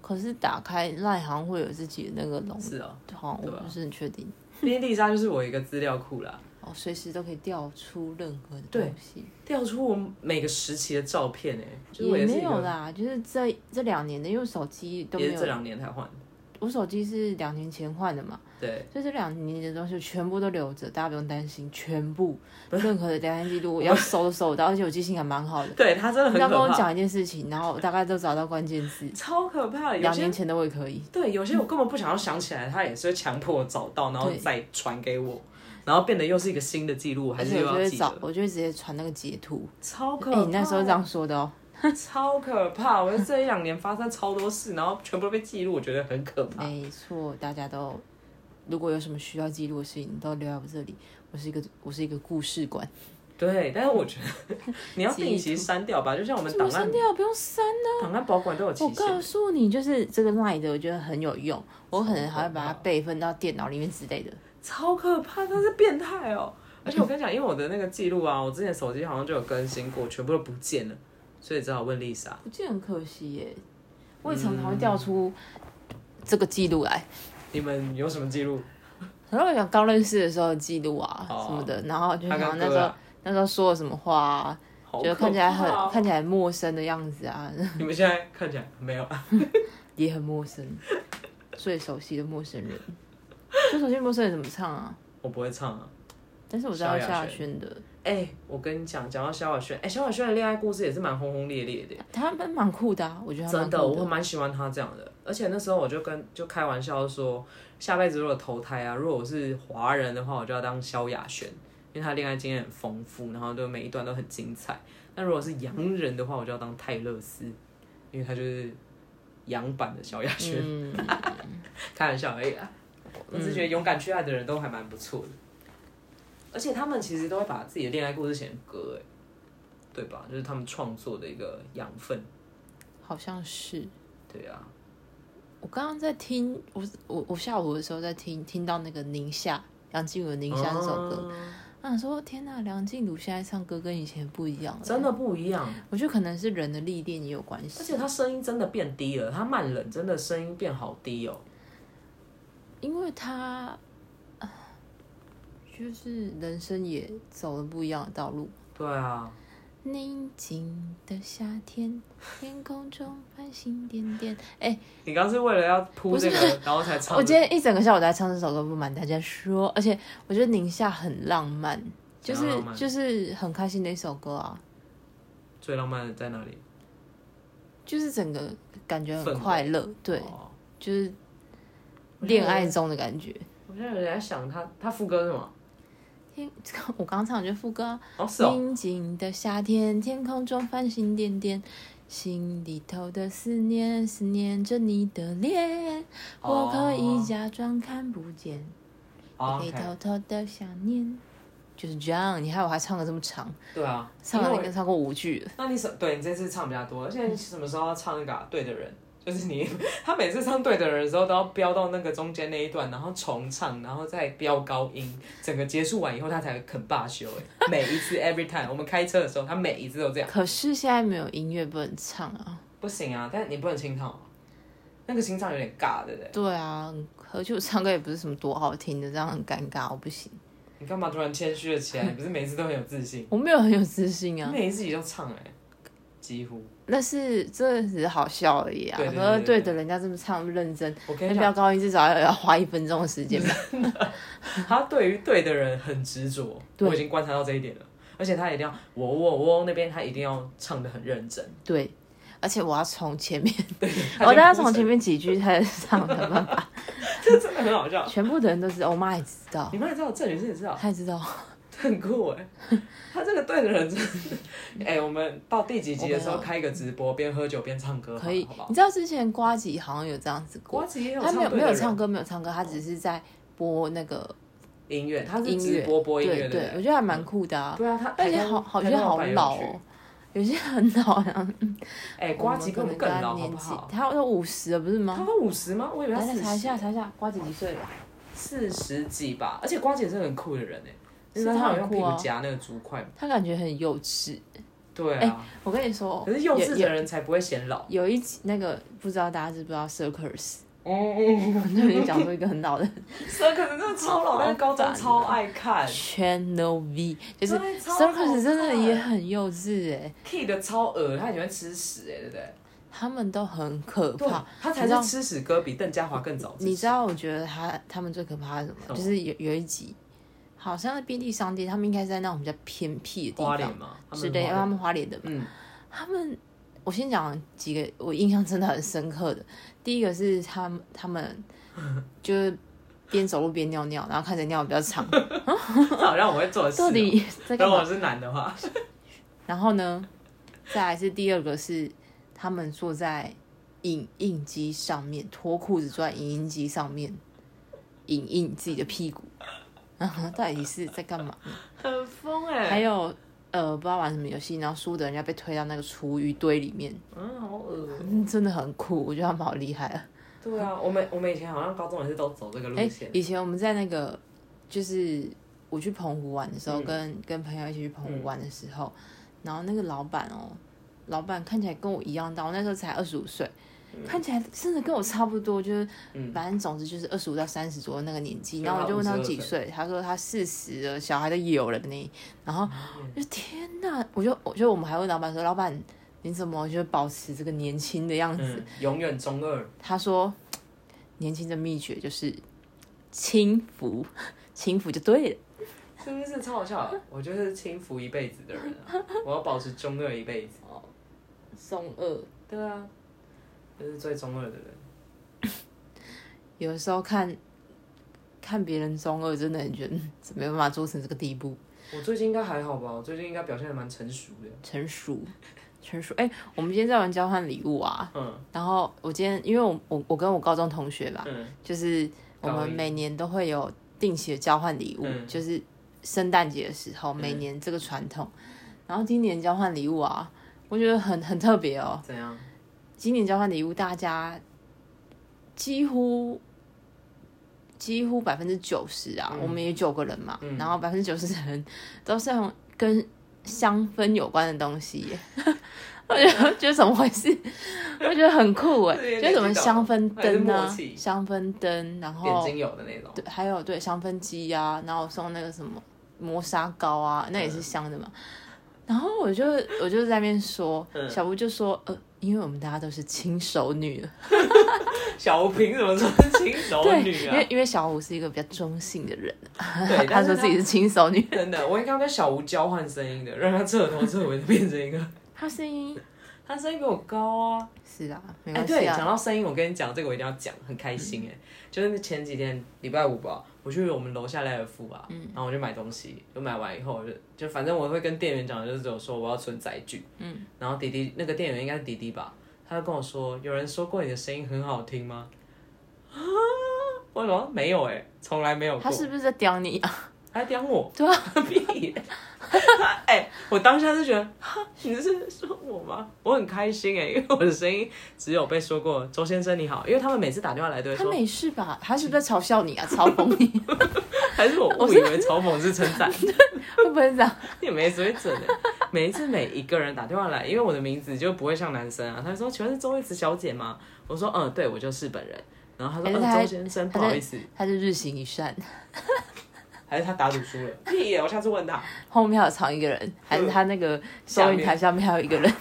[SPEAKER 1] 可是打开 LINE 好像会有自己的那个容，
[SPEAKER 2] 是哦、
[SPEAKER 1] 好像
[SPEAKER 2] 对
[SPEAKER 1] 我
[SPEAKER 2] 啊
[SPEAKER 1] 不是很确定。
[SPEAKER 2] 毕竟丽莎就是我一个资料库啦，
[SPEAKER 1] 哦，随时都可以调出任何的
[SPEAKER 2] 啊对
[SPEAKER 1] 东西。
[SPEAKER 2] 调出我每个时期的照片哎、就是我
[SPEAKER 1] 也
[SPEAKER 2] 是
[SPEAKER 1] 没
[SPEAKER 2] 一
[SPEAKER 1] 有
[SPEAKER 2] 个，
[SPEAKER 1] 啦，就是这这两年的，因为手机都没
[SPEAKER 2] 也是这
[SPEAKER 1] 有，
[SPEAKER 2] 两年才换的。
[SPEAKER 1] 我手机是两年前换的嘛，
[SPEAKER 2] 对，
[SPEAKER 1] 所以这两年的东西全部都留着，大家不用担心，全部任何的聊天记录我要搜都搜得到，而且我记性还蛮好的。
[SPEAKER 2] 对 [laughs] 他真的
[SPEAKER 1] 你
[SPEAKER 2] 很
[SPEAKER 1] 要跟
[SPEAKER 2] 可
[SPEAKER 1] 我
[SPEAKER 2] 怕，
[SPEAKER 1] 讲一件事情，然后我大概都找到关键字，
[SPEAKER 2] [laughs] 超可怕啊的。有
[SPEAKER 1] 两
[SPEAKER 2] 些
[SPEAKER 1] 年前的我也可以。
[SPEAKER 2] 对，有些我根本不想要想起来，他也是会强迫我找到，然后
[SPEAKER 1] 对
[SPEAKER 2] 再传给我，然后变得又是一个新的记录，还
[SPEAKER 1] 而
[SPEAKER 2] 是
[SPEAKER 1] 且
[SPEAKER 2] 又
[SPEAKER 1] 我就
[SPEAKER 2] 要
[SPEAKER 1] 会
[SPEAKER 2] 记
[SPEAKER 1] 找
[SPEAKER 2] 得，，
[SPEAKER 1] 我就会直接传那个截图。
[SPEAKER 2] 超可
[SPEAKER 1] 哎、
[SPEAKER 2] 怕。
[SPEAKER 1] 你那时候这样说的哦、
[SPEAKER 2] [laughs] 超可怕！我这一两年发生超多事，然后全部都被记录，我觉得很可怕。
[SPEAKER 1] 没哎错，大家都如果有什么需要记录的事情，都留在我这里。我是一个我是一个故事馆，
[SPEAKER 2] 对，但是我觉得 [laughs] 你要定期删掉吧，就像我们
[SPEAKER 1] 怎
[SPEAKER 2] 档
[SPEAKER 1] 么删
[SPEAKER 2] 案
[SPEAKER 1] 掉？不用删呢、
[SPEAKER 2] 档案保管都有
[SPEAKER 1] 我
[SPEAKER 2] 期限
[SPEAKER 1] 告。诉你，就是这个 line 的，我觉得很有用，我可能还会把它
[SPEAKER 2] 超可怕
[SPEAKER 1] 备份到电脑里面之类的。
[SPEAKER 2] 超可怕，他是变态哦！而且我跟你讲，因为我的那个记录啊，我之前手机好像就有更新过，全部都不见了，所以只好问丽莎。
[SPEAKER 1] 不见很可惜耶，我也常常会调出这个记录来。
[SPEAKER 2] 你们有什么记录？
[SPEAKER 1] 然后我想刚认识的时候的记录啊
[SPEAKER 2] 哦
[SPEAKER 1] 什么的，然后就
[SPEAKER 2] 他
[SPEAKER 1] 想嗯那
[SPEAKER 2] 跟哥
[SPEAKER 1] 时候
[SPEAKER 2] 啊
[SPEAKER 1] 那时候说了什么话、啊，
[SPEAKER 2] 好
[SPEAKER 1] 觉得
[SPEAKER 2] 可
[SPEAKER 1] 看起来很、
[SPEAKER 2] 怕哦
[SPEAKER 1] 看起来陌生的样子啊， [laughs]
[SPEAKER 2] [laughs] 你们现在看起来没有 [laughs] 啊？
[SPEAKER 1] 也很陌生，最熟悉的陌生人。最熟悉的陌生人怎么唱啊？
[SPEAKER 2] 我不会唱啊。
[SPEAKER 1] 但是我知道
[SPEAKER 2] 萧亚
[SPEAKER 1] 萧亚
[SPEAKER 2] 轩
[SPEAKER 1] 轩的，
[SPEAKER 2] 哎、我跟你讲，讲到萧亚轩，哎、萧亚轩的恋爱故事也是蛮轰轰烈烈的。
[SPEAKER 1] 他们蛮酷的、啊，我觉得他蛮
[SPEAKER 2] 真
[SPEAKER 1] 酷
[SPEAKER 2] 的，我
[SPEAKER 1] 的。
[SPEAKER 2] 蛮喜欢他这样的。而且那时候我就跟就开玩笑说，下辈子如果投胎啊，如果我是华人的话，我就要当萧亚轩，因为他恋爱经验很丰富，然后就每一段都很精彩。那如果是洋人的话，我就要当泰勒斯，因为他就是洋版的萧亚轩。
[SPEAKER 1] 嗯，
[SPEAKER 2] 开玩笑而已啊
[SPEAKER 1] [laughs]
[SPEAKER 2] 嗯啦。我只是觉得勇敢去爱的人都还蛮不错
[SPEAKER 1] 嗯
[SPEAKER 2] 的，而且他们其实都会把自己的恋爱故事写成歌，哎，对吧？就是他们创作的一个养分。
[SPEAKER 1] 好像是。
[SPEAKER 2] 对啊，
[SPEAKER 1] 我刚刚在听，我我我下午的时候在听，听到那个宁夏梁静茹的《宁夏》这首歌，
[SPEAKER 2] 哦
[SPEAKER 1] 我想说天呐，梁静茹现在唱歌跟以前不一样了。
[SPEAKER 2] 真的不一样，
[SPEAKER 1] 我觉得可能是人的历练也有关
[SPEAKER 2] 而
[SPEAKER 1] 系，
[SPEAKER 2] 且他声音真的变低了，他慢冷真的声音变好低哦。
[SPEAKER 1] 因为她呃就是人生也走了不一样的道路。
[SPEAKER 2] 对啊，
[SPEAKER 1] 宁静的夏天，天空中繁星点点。哎、
[SPEAKER 2] 你刚是为了要铺这个，
[SPEAKER 1] [laughs]
[SPEAKER 2] 然后才唱的。
[SPEAKER 1] 我今天一整个下午都在唱这首歌，不瞒大家说，而且我觉得宁夏很浪漫，就
[SPEAKER 2] 怎
[SPEAKER 1] 是
[SPEAKER 2] 样浪漫
[SPEAKER 1] 就是很开心的一首歌啊，
[SPEAKER 2] 最浪漫的在哪里？
[SPEAKER 1] 就是整个感觉
[SPEAKER 2] 氛
[SPEAKER 1] 很
[SPEAKER 2] 围
[SPEAKER 1] 快乐，对，
[SPEAKER 2] 哦
[SPEAKER 1] 就是恋爱中的感觉。
[SPEAKER 2] 我现在有点在想他，他副歌是什么？
[SPEAKER 1] 天，我刚唱的就是副歌啊、
[SPEAKER 2] 哦，是哦，
[SPEAKER 1] 宁静的夏天，天空中繁星点点，心里头的思念，思念着你的脸。我可以假装看不见，
[SPEAKER 2] 哦
[SPEAKER 1] 也可以
[SPEAKER 2] OK
[SPEAKER 1] 偷偷的想念。就是这样，你看我还唱的这么长，
[SPEAKER 2] 对啊，
[SPEAKER 1] 唱
[SPEAKER 2] 因
[SPEAKER 1] 了
[SPEAKER 2] 为
[SPEAKER 1] 应该超过五句了。
[SPEAKER 2] 那你什对你这次唱比较多，而且你什么时候要唱那个、啊、对的人？ [laughs] 就是你，他每次唱对的人的时候都要飙到那个中间那一段，然后重唱，然后再飙高音，整个结束完以后他才肯罢休。哎，每一次 every time 我们开车的时候，他每一次都这样。
[SPEAKER 1] 可是现在没有音乐不能唱啊。
[SPEAKER 2] 不行啊，但你不能清唱哦，那个清唱有点尬，对不对？
[SPEAKER 1] 对啊，而且我唱歌也不是什么多好听的，这样很尴尬，我不行，
[SPEAKER 2] 你干嘛突然谦虚了起来？你不是每次都很有自信？
[SPEAKER 1] [laughs] 我没有很有自信啊。
[SPEAKER 2] 每一次你都唱哎、几乎。
[SPEAKER 1] 那是这只是好笑而已啊。
[SPEAKER 2] 对对对
[SPEAKER 1] 可是对
[SPEAKER 2] 对
[SPEAKER 1] 的，人家这么唱不认真，
[SPEAKER 2] 我跟
[SPEAKER 1] 那
[SPEAKER 2] 你
[SPEAKER 1] 飙
[SPEAKER 2] 讲，
[SPEAKER 1] 高音至少要要花一分钟的时间吧。 [laughs]
[SPEAKER 2] 他对于对的人很执着，
[SPEAKER 1] 对
[SPEAKER 2] 我已经观察到这一点了。而且他一定要我我我那边，他一定要唱的很认真。
[SPEAKER 1] 对，哦 [laughs] 而且我要从前面，
[SPEAKER 2] 对， [laughs]
[SPEAKER 1] 我大概从前面几句开始唱的嘛。
[SPEAKER 2] 真的很好笑。
[SPEAKER 1] 全部的人都知道，我哦妈也知道，
[SPEAKER 2] 你妈也知道，郑女士也知道， [laughs]
[SPEAKER 1] 她也知道。
[SPEAKER 2] 很酷哎、他这个对的人真的， [laughs] 哎、我们到第几集的时
[SPEAKER 1] 我
[SPEAKER 2] 候
[SPEAKER 1] 没有
[SPEAKER 2] 开一个直播，边喝酒边唱歌好了，
[SPEAKER 1] 可以
[SPEAKER 2] 好不，好
[SPEAKER 1] 你？知道之前瓜吉好像有这样子过
[SPEAKER 2] 瓜，子也有
[SPEAKER 1] 他
[SPEAKER 2] 唱
[SPEAKER 1] 没有
[SPEAKER 2] 对
[SPEAKER 1] 没
[SPEAKER 2] 的
[SPEAKER 1] 有
[SPEAKER 2] 人
[SPEAKER 1] 唱歌，没有唱歌，他只是在播那个
[SPEAKER 2] 音乐，他是
[SPEAKER 1] 音
[SPEAKER 2] 直
[SPEAKER 1] 乐，
[SPEAKER 2] 播播音
[SPEAKER 1] 对
[SPEAKER 2] 乐的
[SPEAKER 1] 对，我
[SPEAKER 2] 人。
[SPEAKER 1] 觉得还蛮酷的啊，
[SPEAKER 2] 对啊，他
[SPEAKER 1] 而且
[SPEAKER 2] 台东
[SPEAKER 1] 好好
[SPEAKER 2] 台
[SPEAKER 1] 觉得
[SPEAKER 2] 东
[SPEAKER 1] 好
[SPEAKER 2] 老板有
[SPEAKER 1] 老
[SPEAKER 2] 去
[SPEAKER 1] 哦，有些很老，然后
[SPEAKER 2] 哎、
[SPEAKER 1] 我
[SPEAKER 2] 瓜
[SPEAKER 1] 们
[SPEAKER 2] 吉
[SPEAKER 1] 可
[SPEAKER 2] 跟我
[SPEAKER 1] 能
[SPEAKER 2] 们更
[SPEAKER 1] 跟他
[SPEAKER 2] 老好
[SPEAKER 1] 年
[SPEAKER 2] 不
[SPEAKER 1] 纪
[SPEAKER 2] 好，？
[SPEAKER 1] 他都五十了不是
[SPEAKER 2] 他
[SPEAKER 1] 吗？
[SPEAKER 2] 都五十吗？我以为他
[SPEAKER 1] 来
[SPEAKER 2] 四
[SPEAKER 1] 来
[SPEAKER 2] 十。
[SPEAKER 1] 查一下查一下，瓜吉几岁了？
[SPEAKER 2] 四十几吧，而且瓜姐是很酷的人哎、你
[SPEAKER 1] 是
[SPEAKER 2] 知道她
[SPEAKER 1] 她
[SPEAKER 2] 好
[SPEAKER 1] 很
[SPEAKER 2] 像
[SPEAKER 1] 酷
[SPEAKER 2] 屁股
[SPEAKER 1] 啊
[SPEAKER 2] 夹那个竹筷吗？
[SPEAKER 1] 他感觉很幼稚。
[SPEAKER 2] 对啊，
[SPEAKER 1] 我跟你说，
[SPEAKER 2] 可是幼稚
[SPEAKER 1] 有
[SPEAKER 2] 的人才不会显老。
[SPEAKER 1] 有有一集那个不知道大家知不知道 Circus，
[SPEAKER 2] [laughs]
[SPEAKER 1] [laughs]
[SPEAKER 2] 嗯，
[SPEAKER 1] 我那边讲出一个很
[SPEAKER 2] [laughs]
[SPEAKER 1] 老的
[SPEAKER 2] 蛇可能真的超老， [laughs] 但是高中超爱看
[SPEAKER 1] Channel V，就是
[SPEAKER 2] 对超好看
[SPEAKER 1] Circus 真的也很幼稚哎、
[SPEAKER 2] ，Key 的超恶，他很喜欢吃屎哎、对不对？
[SPEAKER 1] 他们都很可
[SPEAKER 2] 对
[SPEAKER 1] 怕。，
[SPEAKER 2] 他才
[SPEAKER 1] 你知道
[SPEAKER 2] 是吃屎哥，比邓家华更早吃屎。
[SPEAKER 1] 你知道我觉得他他们最可怕是什么？
[SPEAKER 2] 什么
[SPEAKER 1] 就是有有一集，好像在便利商店，他们应该是在那种比较偏僻的地
[SPEAKER 2] 花脸
[SPEAKER 1] 方
[SPEAKER 2] 吗？
[SPEAKER 1] 之类，因为
[SPEAKER 2] 他
[SPEAKER 1] 他
[SPEAKER 2] 们
[SPEAKER 1] 们花莲的嘛。
[SPEAKER 2] 花脸嗯，
[SPEAKER 1] 他们，我先讲几个我印象真的很深刻的。第一个是他们，他们就是边走路边尿尿，然后看谁尿比较长，
[SPEAKER 2] 这 [laughs] 好像我会做的事
[SPEAKER 1] 到
[SPEAKER 2] 哦。
[SPEAKER 1] 底在干
[SPEAKER 2] 如果
[SPEAKER 1] 嘛
[SPEAKER 2] 我？是男的话，
[SPEAKER 1] 然后呢，再来是第二个是他们坐在影印机上面，脱裤子坐在影印机上面影印自己的屁股， [laughs] 然后到底是在干嘛？
[SPEAKER 2] 很疯哎、
[SPEAKER 1] 还有呃，不知道玩什么游戏，然后输的人家被推到那个厨余堆里面，
[SPEAKER 2] 嗯，好恶哦。
[SPEAKER 1] 嗯真的很酷，我觉得他们好厉害啊！
[SPEAKER 2] 对啊，我们我们以前好像高中也是都走这个路
[SPEAKER 1] 哎、
[SPEAKER 2] 线。
[SPEAKER 1] 以前我们在那个，就是我去澎湖玩的时候，
[SPEAKER 2] 嗯
[SPEAKER 1] 跟跟朋友一起去澎湖玩的时候，然后那个老板哦，老板看起来跟我一样大，我那时候才二十五岁，看起来真的跟我差不多，就是、
[SPEAKER 2] 嗯
[SPEAKER 1] 反正总之就是二十五到三十左右那个年纪。
[SPEAKER 2] 对
[SPEAKER 1] 然后我就问他
[SPEAKER 2] 52
[SPEAKER 1] 几岁，他说他四十了，小孩都有了呢。然后
[SPEAKER 2] 嗯
[SPEAKER 1] 我就天哪，我就我就我们还问老板说，老板你怎么就保持这个年轻的样子？
[SPEAKER 2] 嗯，永远中二。
[SPEAKER 1] 他说，年轻的秘诀就是轻浮， [laughs] 轻浮就对了。
[SPEAKER 2] 是不是超好笑的？我就是轻浮一辈子的人啊，我要保持中二一辈子。
[SPEAKER 1] 中二，
[SPEAKER 2] 对啊，就是最中二的人。
[SPEAKER 1] 有的时候看看别人中二，真的很觉得嗯没办法做成这个地步，
[SPEAKER 2] 我最近应该还好吧？我最近应该表现的蛮成熟的。
[SPEAKER 1] 成熟，成熟。哎、我们今天在玩交换礼物啊，
[SPEAKER 2] 嗯
[SPEAKER 1] 然后我今天因为我我我跟我高中同学吧，
[SPEAKER 2] 嗯，
[SPEAKER 1] 就是我
[SPEAKER 2] 高
[SPEAKER 1] 们
[SPEAKER 2] 一
[SPEAKER 1] 每年都会有定期的交换礼物，
[SPEAKER 2] 嗯
[SPEAKER 1] 就是圣诞节的时候，每
[SPEAKER 2] 嗯
[SPEAKER 1] 年这个传统。然后今年交换礼物啊，我觉得很很特别哦。
[SPEAKER 2] 怎样？
[SPEAKER 1] 今年交换礼物，大家几乎几乎百分之九十啊，
[SPEAKER 2] 嗯
[SPEAKER 1] 我们也九个人嘛，
[SPEAKER 2] 嗯
[SPEAKER 1] 然后百分之九十的人都是用跟香氛有关的东西
[SPEAKER 2] [laughs]
[SPEAKER 1] 耶。我觉得觉得怎么回事？我觉得很酷哎，
[SPEAKER 2] 对
[SPEAKER 1] 就是什么香氛
[SPEAKER 2] 还是
[SPEAKER 1] 灯
[SPEAKER 2] 默
[SPEAKER 1] 啊
[SPEAKER 2] 契，
[SPEAKER 1] 香氛灯，然
[SPEAKER 2] 点
[SPEAKER 1] 后
[SPEAKER 2] 精油的那种。
[SPEAKER 1] 对，还有对香氛机啊，然后送那个什么磨砂膏啊，那
[SPEAKER 2] 嗯
[SPEAKER 1] 也是香的嘛。然后我就我就在那边说，
[SPEAKER 2] 嗯
[SPEAKER 1] 小吴就说，呃，因为我们大家都是轻熟女了，
[SPEAKER 2] 小吴凭什么说是轻熟
[SPEAKER 1] 对，
[SPEAKER 2] 女
[SPEAKER 1] 因
[SPEAKER 2] 啊哎
[SPEAKER 1] 为？因为小吴是一个比较中性的人，他
[SPEAKER 2] 对，但
[SPEAKER 1] 说自己是轻熟女，
[SPEAKER 2] 真的，我应该跟小吴交换声音的，让他彻头彻尾的变成一个。
[SPEAKER 1] 他声音
[SPEAKER 2] 他声音比我高啊！
[SPEAKER 1] 是啊，没
[SPEAKER 2] 哎、
[SPEAKER 1] 关
[SPEAKER 2] 对，
[SPEAKER 1] 系
[SPEAKER 2] 讲
[SPEAKER 1] 啊，
[SPEAKER 2] 到声音，我跟你讲，这个我一定要讲，很开心哎、就是前几天礼拜五吧，我去我们楼下莱尔富吧，
[SPEAKER 1] 嗯
[SPEAKER 2] 然后我就买东西，就买完以后我就就反正我会跟店员讲，就是只有说我要存载具，嗯，然后迪迪那个店员应该是迪迪吧，他就跟我说，有人说过你的声音很好听吗？ [gasps] 啊，我说没有哎、从来没有
[SPEAKER 1] 他
[SPEAKER 2] 过，
[SPEAKER 1] 是不是在刁你啊？
[SPEAKER 2] 他还刁我，
[SPEAKER 1] 对
[SPEAKER 2] 啊， [laughs] 屁、他哎、我当下就觉得，哈，你是说我吗？我很开心哎、因为我的声音只有被说过“周先生你好”，因为他们每次打电话来都会
[SPEAKER 1] 他
[SPEAKER 2] 说，
[SPEAKER 1] 没事吧？他是不是在嘲笑你啊？嘲讽你？ [laughs]
[SPEAKER 2] 还是我误以为嘲讽是称赞，
[SPEAKER 1] 会不会这样？
[SPEAKER 2] 也没水准哎、每一次每一个人打电话来，因为我的名字就不会像男生啊，他就说：“请问是周慧慈小姐吗？”我说：“嗯，对，我就是本人。”然后他
[SPEAKER 1] 还是
[SPEAKER 2] 说：“嗯，
[SPEAKER 1] 他
[SPEAKER 2] 周先生，不好意思，
[SPEAKER 1] 他是日行一善，
[SPEAKER 2] 还是他打赌输了。”屁耶！我下次问他，
[SPEAKER 1] 后面还有藏一个人，还是他那个收银台下面还有一个人？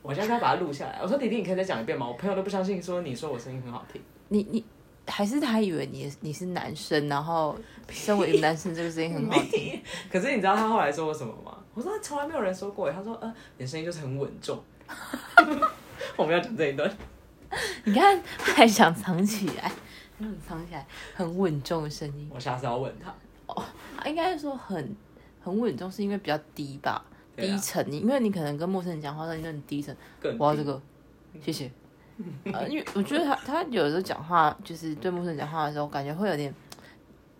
[SPEAKER 2] 我下次要把它录下来。我说：“弟弟，你可以再讲一遍吗？”我朋友都不相信，说你说我声音很好听。
[SPEAKER 1] 你你还是他以为你你是男生，然后身为一个男生，这个声音很好听。 [laughs]
[SPEAKER 2] 可是你知道他后来说我什么吗？我说从来没有人说过耶。他说，呃，你的声音就是很稳重。 [laughs] 我们要讲这一段，
[SPEAKER 1] 你看，他还想藏起来，嗯，藏起来很稳重的声音，
[SPEAKER 2] 我下次要问他。
[SPEAKER 1] 啊应该是说很很稳重，是因为比较低吧，
[SPEAKER 2] 对啊
[SPEAKER 1] 低沉。因为你可能跟陌生人讲话，那你很低沉。
[SPEAKER 2] 更
[SPEAKER 1] 我要这个，谢谢。呃，因为我觉得他他有时候讲话，就是对陌生人讲话的时候，感觉会有点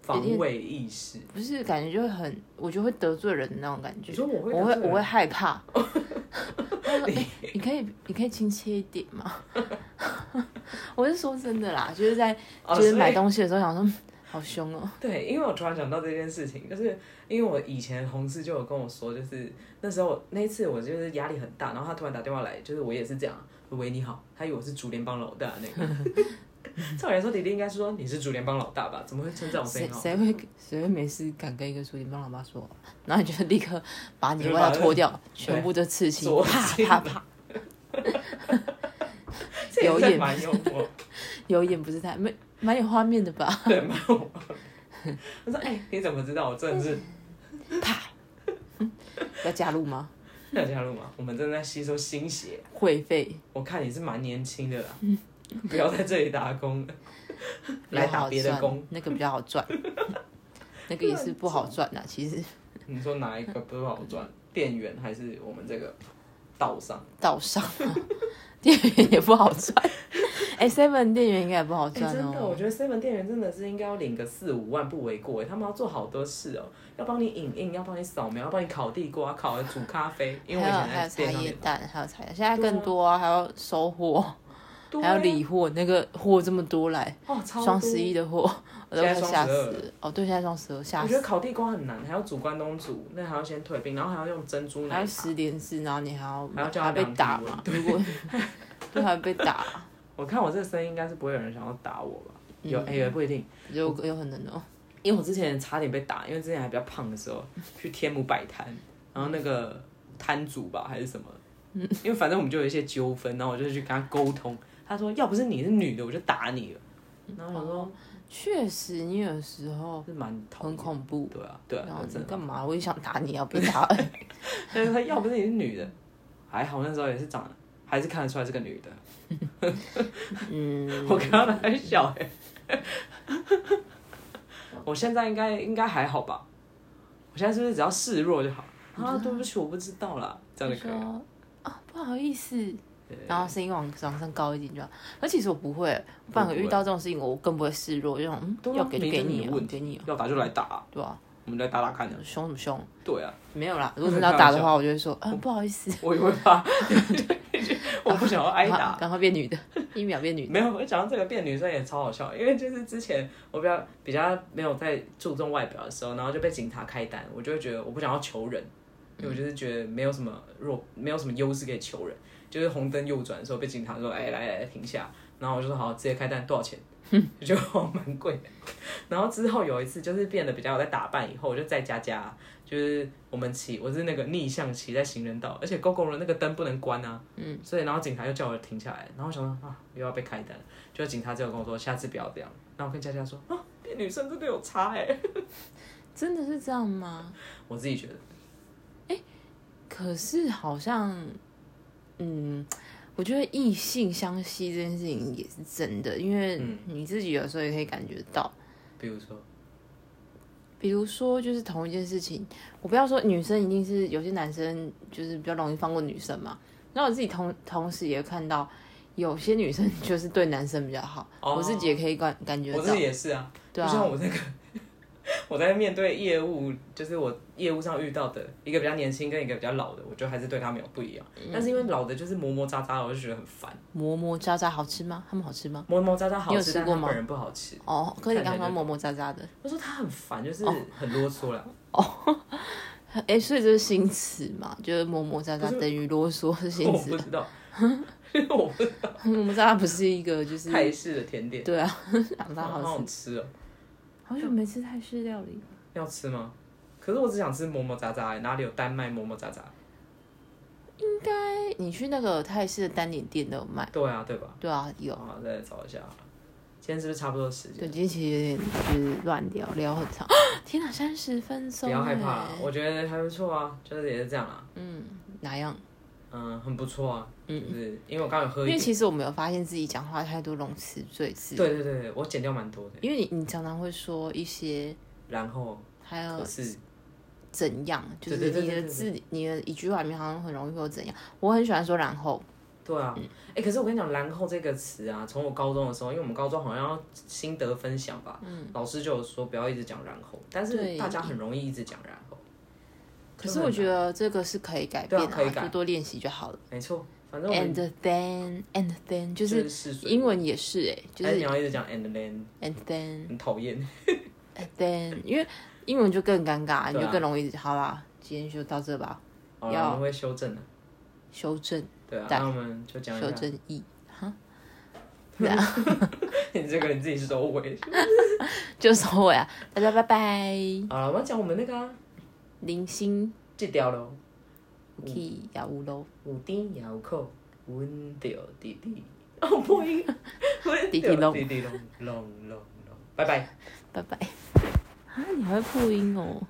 [SPEAKER 2] 防卫意识，
[SPEAKER 1] 不是感觉就会很，我觉得会得罪人的那种感觉
[SPEAKER 2] 你。说我会
[SPEAKER 1] 我会
[SPEAKER 2] 得罪
[SPEAKER 1] 我会
[SPEAKER 2] 人
[SPEAKER 1] 害怕。他说：“哎、你可以你可以亲切一点吗？” [laughs] 我是说真的啦，就是在 [laughs]
[SPEAKER 2] 哦
[SPEAKER 1] 就是
[SPEAKER 2] 所以
[SPEAKER 1] 买东西的时候想说，嗯好凶哦、
[SPEAKER 2] 对，因为我突然想到这件事情，就是因为我以前的同事就有跟我说，就是那时候那一次我就是压力很大，然后他突然打电话来，就是我也是这样，喂你好，他以为我是竹联帮老大那个。 [laughs] 照理来说，弟弟应该是说你是竹联帮老大吧？怎么会称这种声
[SPEAKER 1] 谁
[SPEAKER 2] 音好？哦
[SPEAKER 1] 谁会谁会没事敢跟一个书店帮老爸说？然后你就立刻把你的
[SPEAKER 2] 就
[SPEAKER 1] 外
[SPEAKER 2] 把
[SPEAKER 1] 套
[SPEAKER 2] 那
[SPEAKER 1] 脱掉，全部都刺青，
[SPEAKER 2] 左
[SPEAKER 1] 啪
[SPEAKER 2] 青
[SPEAKER 1] 啪啪。 [laughs]
[SPEAKER 2] 这也
[SPEAKER 1] 有
[SPEAKER 2] 算
[SPEAKER 1] 眼
[SPEAKER 2] 蛮幽默， [laughs]
[SPEAKER 1] 有一点不是太没蛮有画面的吧？
[SPEAKER 2] 对，蛮幽默。我说，哎、你怎么知道我真的
[SPEAKER 1] [laughs]
[SPEAKER 2] 是
[SPEAKER 1] 要加入吗？
[SPEAKER 2] 要加入吗？我们正在吸收新血，
[SPEAKER 1] 会费
[SPEAKER 2] 我看你是蛮年轻的啦，
[SPEAKER 1] 嗯
[SPEAKER 2] 不要在这里打工了， [laughs]
[SPEAKER 1] [laughs]
[SPEAKER 2] 来
[SPEAKER 1] 比较
[SPEAKER 2] 打
[SPEAKER 1] 好
[SPEAKER 2] 别的
[SPEAKER 1] 赚
[SPEAKER 2] 工。，
[SPEAKER 1] 那个比较好赚， [laughs] 那个也是不好赚呐、啊其实
[SPEAKER 2] 你说哪一个不好
[SPEAKER 1] [laughs]
[SPEAKER 2] 赚？店员还是我们这个道上？
[SPEAKER 1] 道上啊 [laughs] 店员也不好赚。 [laughs] 哎、s e v e n 店员应该也不好
[SPEAKER 2] 哎、
[SPEAKER 1] 赚
[SPEAKER 2] 真的，我
[SPEAKER 1] 哦。
[SPEAKER 2] 觉得 seven 店员真的是应该要领个四五万不为过哎，他们要做好多事哦，要帮你影印，要帮你扫描，要帮你烤地瓜、烤煮咖啡，因为我以
[SPEAKER 1] 还有
[SPEAKER 2] 前
[SPEAKER 1] 还有茶
[SPEAKER 2] 在店上
[SPEAKER 1] 叶
[SPEAKER 2] 面，
[SPEAKER 1] 蛋，还有茶叶，现在更多啊，还要收货，
[SPEAKER 2] 对
[SPEAKER 1] 还要
[SPEAKER 2] 啊
[SPEAKER 1] 理货，那个货这么多来。
[SPEAKER 2] 哦，超多
[SPEAKER 1] 双十一。的货，我都快吓死
[SPEAKER 2] 现在双
[SPEAKER 1] 了。哦，对，现在双十二吓
[SPEAKER 2] 我觉
[SPEAKER 1] 死
[SPEAKER 2] 得，烤地瓜很难，还要煮关东煮，那还要先退冰，然后还要用珍珠
[SPEAKER 1] 还要
[SPEAKER 2] 奶茶。
[SPEAKER 1] 十连制，然后你还要
[SPEAKER 2] 还要叫
[SPEAKER 1] 还
[SPEAKER 2] 他
[SPEAKER 1] 要被
[SPEAKER 2] 量体
[SPEAKER 1] 打
[SPEAKER 2] 温
[SPEAKER 1] 嘛？如果
[SPEAKER 2] [laughs]
[SPEAKER 1] 对，还要被打，
[SPEAKER 2] 我看我这个声音应该是不会有人想要打我吧？
[SPEAKER 1] 嗯
[SPEAKER 2] 有哎、也不一定。
[SPEAKER 1] 有有可能哦。
[SPEAKER 2] 因为我之前差点被打，因为之前还比较胖的时候，去天母摆摊，然后那个摊主吧还是什么，因为反正我们就有一些纠纷，然后我就去跟他沟通，他说要不是你是女的，我就打你了。然后我想说
[SPEAKER 1] 确实，你有时候
[SPEAKER 2] 是蛮讨
[SPEAKER 1] 很
[SPEAKER 2] 厌，
[SPEAKER 1] 恐怖。
[SPEAKER 2] 对啊，对啊
[SPEAKER 1] 然后，你
[SPEAKER 2] 真的。
[SPEAKER 1] 干嘛？我也想打你啊，被打了。
[SPEAKER 2] [laughs] 但是他要不是你是女的，还好那时候也是长得，还是看得出来是个女的。
[SPEAKER 1] [laughs] 嗯，
[SPEAKER 2] 我看到他还小哎、我现在应该应该还好吧？我现在是不是只要示弱就好？啊，对不起，我不知道啦，这样
[SPEAKER 1] 就
[SPEAKER 2] 就可以了。
[SPEAKER 1] 说啊，不好意思。然后声音往往上高一点就好。而其实我不会，我反而遇到这种事情，我更不会示弱，我就想
[SPEAKER 2] 对
[SPEAKER 1] 嗯
[SPEAKER 2] 啊
[SPEAKER 1] 要给就
[SPEAKER 2] 明
[SPEAKER 1] 给
[SPEAKER 2] 明
[SPEAKER 1] 你
[SPEAKER 2] 你
[SPEAKER 1] 啊，
[SPEAKER 2] 问
[SPEAKER 1] 给你啊，
[SPEAKER 2] 要打就来打、
[SPEAKER 1] 对吧？
[SPEAKER 2] 我们来打打看的。
[SPEAKER 1] 凶什么凶？
[SPEAKER 2] 对啊，
[SPEAKER 1] 没有啦，如果真的要打的话， [laughs] 我就会说，啊，不好意思，
[SPEAKER 2] 我也会怕， [laughs] 我不想要挨
[SPEAKER 1] 赶快
[SPEAKER 2] 打。
[SPEAKER 1] 赶快变女的， [laughs] 一秒变女的。
[SPEAKER 2] 没有，我讲到这个变女生也超好笑，因为就是之前我比较比较没有在注重外表的时候，然后就被警察开单，我就会觉得我不想要求人，因为我就是觉得没有什么弱，没有什么优势可以求人。就是红灯右转的时候被警察说，哎、来来来停下，然后我就说好，直接开单多少钱？就蛮贵的。然后之后有一次就是变得比较有在打扮，以后我就在家家，就是我们骑，我是那个逆向骑在行人道，而且 GoGo 的那个灯不能关啊，嗯，所以然后警察就叫我停下来，然后我想说啊又要被开单，就警察只有跟我说下次不要这样。然后我跟佳佳说啊，变女生真的有差哎、
[SPEAKER 1] 真的是这样吗？
[SPEAKER 2] 我自己觉得
[SPEAKER 1] 可是好像，嗯，我觉得异性相吸这件事情也是真的，因为
[SPEAKER 2] 嗯
[SPEAKER 1] 你自己有时候也可以感觉到。
[SPEAKER 2] 比如说，
[SPEAKER 1] 比如说，就是同一件事情，我不要说女生一定是有些男生就是比较容易放过女生嘛。然后我自己同同时也看到，有些女生 [laughs] 就是对男生比较好，
[SPEAKER 2] 哦
[SPEAKER 1] 我自己也可以感感觉
[SPEAKER 2] 我
[SPEAKER 1] 到
[SPEAKER 2] 自己，也是啊，
[SPEAKER 1] 对
[SPEAKER 2] 就像
[SPEAKER 1] 啊，
[SPEAKER 2] 我那个 [laughs] 我在面对业务，就是我业务上遇到的一个比较年轻跟一个比较老的，我觉得还是对他们有不一样。但是因为老的就是磨磨渣渣的，我就觉得很烦，
[SPEAKER 1] 磨磨渣渣好吃吗？他们好吃吗？
[SPEAKER 2] 磨磨渣渣好
[SPEAKER 1] 你有
[SPEAKER 2] 嗯吃，
[SPEAKER 1] 吃
[SPEAKER 2] 但
[SPEAKER 1] 过
[SPEAKER 2] 他
[SPEAKER 1] 吗
[SPEAKER 2] 本人不好吃。
[SPEAKER 1] 哦，可是你刚
[SPEAKER 2] 看起来
[SPEAKER 1] 刚
[SPEAKER 2] 就
[SPEAKER 1] 磨磨渣渣的，
[SPEAKER 2] 我说他很烦，就是很啰嗦 [laughs] 啦。
[SPEAKER 1] 哎、所以这是新词嘛，就是磨磨渣渣等于啰嗦是新
[SPEAKER 2] 我
[SPEAKER 1] 词
[SPEAKER 2] 不。知道，我不
[SPEAKER 1] [laughs] 磨磨渣渣不是一个就是
[SPEAKER 2] 泰式的甜点，
[SPEAKER 1] 对啊， [laughs] 长大
[SPEAKER 2] 好
[SPEAKER 1] 好
[SPEAKER 2] 好
[SPEAKER 1] 吃。
[SPEAKER 2] 吃哦，
[SPEAKER 1] 好久没吃泰式料理，
[SPEAKER 2] 要吃吗？可是我只想吃磨磨渣渣欸，哪里有丹麦磨磨渣渣？
[SPEAKER 1] 哎、你去那个泰式的单点店都有卖，
[SPEAKER 2] 对啊，对吧？
[SPEAKER 1] 对啊，有。
[SPEAKER 2] 好，再来找一下好了。今天是不是差不多时间？
[SPEAKER 1] 对，今天其实有点就是乱聊，聊很长。 [gasps] 天哪，三十分钟、
[SPEAKER 2] 不
[SPEAKER 1] 欸，
[SPEAKER 2] 要害怕啦，我觉得还不错啊，就是也是这样啦。
[SPEAKER 1] 哪样？
[SPEAKER 2] 啊、嗯，很不错啊，就是因为我刚刚有
[SPEAKER 1] 嗯
[SPEAKER 2] 喝
[SPEAKER 1] 因
[SPEAKER 2] 一
[SPEAKER 1] 为
[SPEAKER 2] 点，
[SPEAKER 1] 其实我没有发现自己讲话太多冗词赘字，
[SPEAKER 2] 对对对对，我减掉蛮多的，
[SPEAKER 1] 因为你你常常会说一些，
[SPEAKER 2] 然后
[SPEAKER 1] 还有
[SPEAKER 2] 可是
[SPEAKER 1] 怎样，就
[SPEAKER 2] 对
[SPEAKER 1] 是
[SPEAKER 2] 对对
[SPEAKER 1] 你的
[SPEAKER 2] 对对
[SPEAKER 1] 字，你的一句话里面好像很容易会有怎样。我很喜欢说然后，
[SPEAKER 2] 对啊，哎、
[SPEAKER 1] 嗯
[SPEAKER 2] 可是我跟你讲，然后这个词啊，从我高中的时候，因为我们高中好像要心得分享吧，老师就有说不要一直讲然后，但
[SPEAKER 1] 嗯对
[SPEAKER 2] 是大家很容易一直讲然后，
[SPEAKER 1] 可是我觉得这个是可以改
[SPEAKER 2] 对
[SPEAKER 1] 变
[SPEAKER 2] 啊可以改
[SPEAKER 1] 就多练习就好了。
[SPEAKER 2] 没错，反正我们
[SPEAKER 1] And then, and then，就
[SPEAKER 2] 就是是试水嗯
[SPEAKER 1] 英文也是哎、就
[SPEAKER 2] 但是
[SPEAKER 1] 是嗯
[SPEAKER 2] 你要一直讲 and then，
[SPEAKER 1] and then,
[SPEAKER 2] 很讨厌。
[SPEAKER 1] and then，因为英文就更尴尬，你
[SPEAKER 2] 对
[SPEAKER 1] 就
[SPEAKER 2] 啊
[SPEAKER 1] 更容易。好啦，今天就到这吧，
[SPEAKER 2] 好
[SPEAKER 1] 要
[SPEAKER 2] 了，我们会修正的。
[SPEAKER 1] 修正
[SPEAKER 2] 对啊，
[SPEAKER 1] 对
[SPEAKER 2] 那我们就讲一
[SPEAKER 1] 修
[SPEAKER 2] 下。
[SPEAKER 1] 正意，
[SPEAKER 2] 你 [laughs] 这个你自己收尾。 [laughs]
[SPEAKER 1] 就收尾啊， [laughs] 大家拜拜，
[SPEAKER 2] 好了，我要讲我们那个啊，
[SPEAKER 1] 零星
[SPEAKER 2] 这条咯，
[SPEAKER 1] 可以呀五楼，
[SPEAKER 2] 有丁有扣，温掉弟弟。哦，破音。 [laughs]
[SPEAKER 1] 弟弟咯
[SPEAKER 2] 弟弟龙龙龙龙，拜拜。
[SPEAKER 1] 拜拜。啊，你还会破音哦。